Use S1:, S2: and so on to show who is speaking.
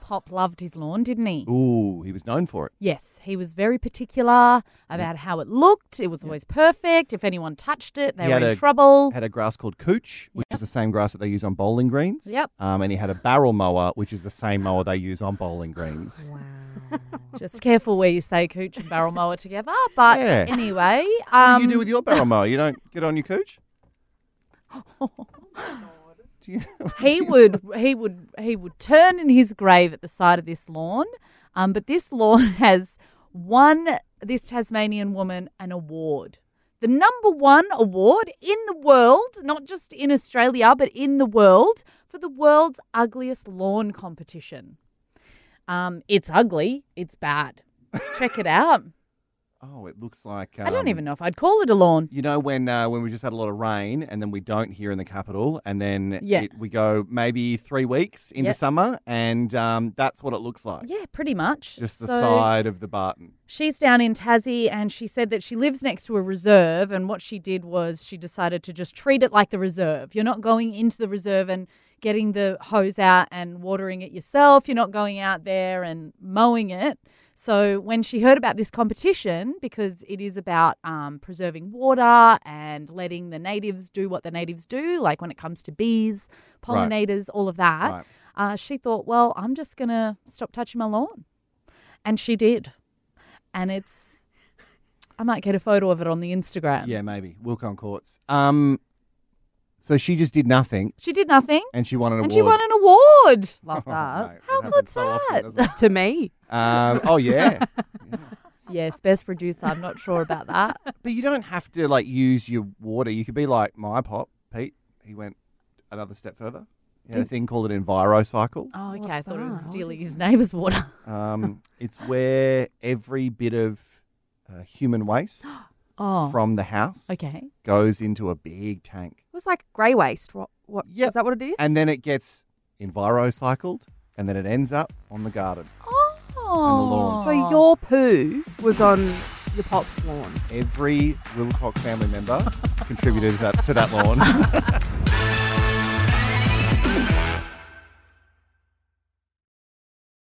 S1: Pop loved his lawn, didn't he?
S2: Ooh, he was known for it.
S1: Yes, he was very particular about how it looked. It was always perfect. If anyone touched it, they
S2: He
S1: were
S2: had
S1: in
S2: a-
S1: trouble.
S2: Had a grass called cooch, which is the same grass that they use on bowling greens.
S1: Yep.
S2: Um, and he had a barrel mower, which is the same mower they use on bowling greens.
S1: Just careful where you say cooch and barrel mower together. But
S2: Yeah.
S1: anyway,
S2: What
S1: um,
S2: do you do with your barrel mower? You don't get on your cooch? Do you-
S1: he would he would he would turn in his grave at the side of this lawn. Um, but this lawn has won this Tasmanian woman an award. The number one award in the world, not just in Australia, but in the world, for the world's ugliest lawn competition. Um, it's ugly. It's bad. Check it out.
S2: oh, it looks like. Um,
S1: I don't even know if I'd call it a lawn.
S2: You know when uh, when we just had a lot of rain and then we don't here in the capital and then
S1: Yeah.
S2: it, we go maybe three weeks into
S1: Yeah.
S2: summer and um, that's what it looks like.
S1: Yeah, pretty much.
S2: Just the
S1: So-
S2: side of the Barton.
S1: She's down in Tassie and she said that she lives next to a reserve. And what she did was she decided to just treat it like the reserve. You're not going into the reserve and getting the hose out and watering it yourself. You're not going out there and mowing it. So when she heard about this competition, because it is about um, preserving water and letting the natives do what the natives do, like when it comes to bees,
S2: Right.
S1: pollinators, all of that,
S2: Right.
S1: uh, she thought, well, I'm just going to stop touching my lawn. And she did and it's I might get a photo of it on the Instagram.
S2: Yeah, maybe Wilcon Courts. Um, so she just did nothing
S1: She did nothing
S2: and she won an
S1: and
S2: award.
S1: she won an award. Love
S2: Oh,
S1: that.
S2: mate,
S1: How
S2: happens
S1: good's
S2: so often,
S1: that?
S2: doesn't it?
S3: to me.
S2: um, oh yeah,
S1: yes, best producer. I'm not sure about that.
S2: but you don't have to like use your water. You could be like my pop Pete. He went another step further. He had a thing called an envirocycle.
S1: Oh, okay. I
S3: What's
S1: thought it was
S3: that?
S1: stealing his neighbour's water.
S2: Um, it's where every bit of uh, human waste
S1: Oh,
S2: from the house
S1: okay.
S2: goes into a big tank,
S3: It was like grey waste. What? What?
S2: Yep.
S3: Is that what it is?
S2: and then it gets envirocycled, and then it ends up on the garden.
S1: Oh,
S2: lawn.
S3: so your poo was on your pop's lawn.
S2: Every Wilcock family member contributed to that, to that lawn.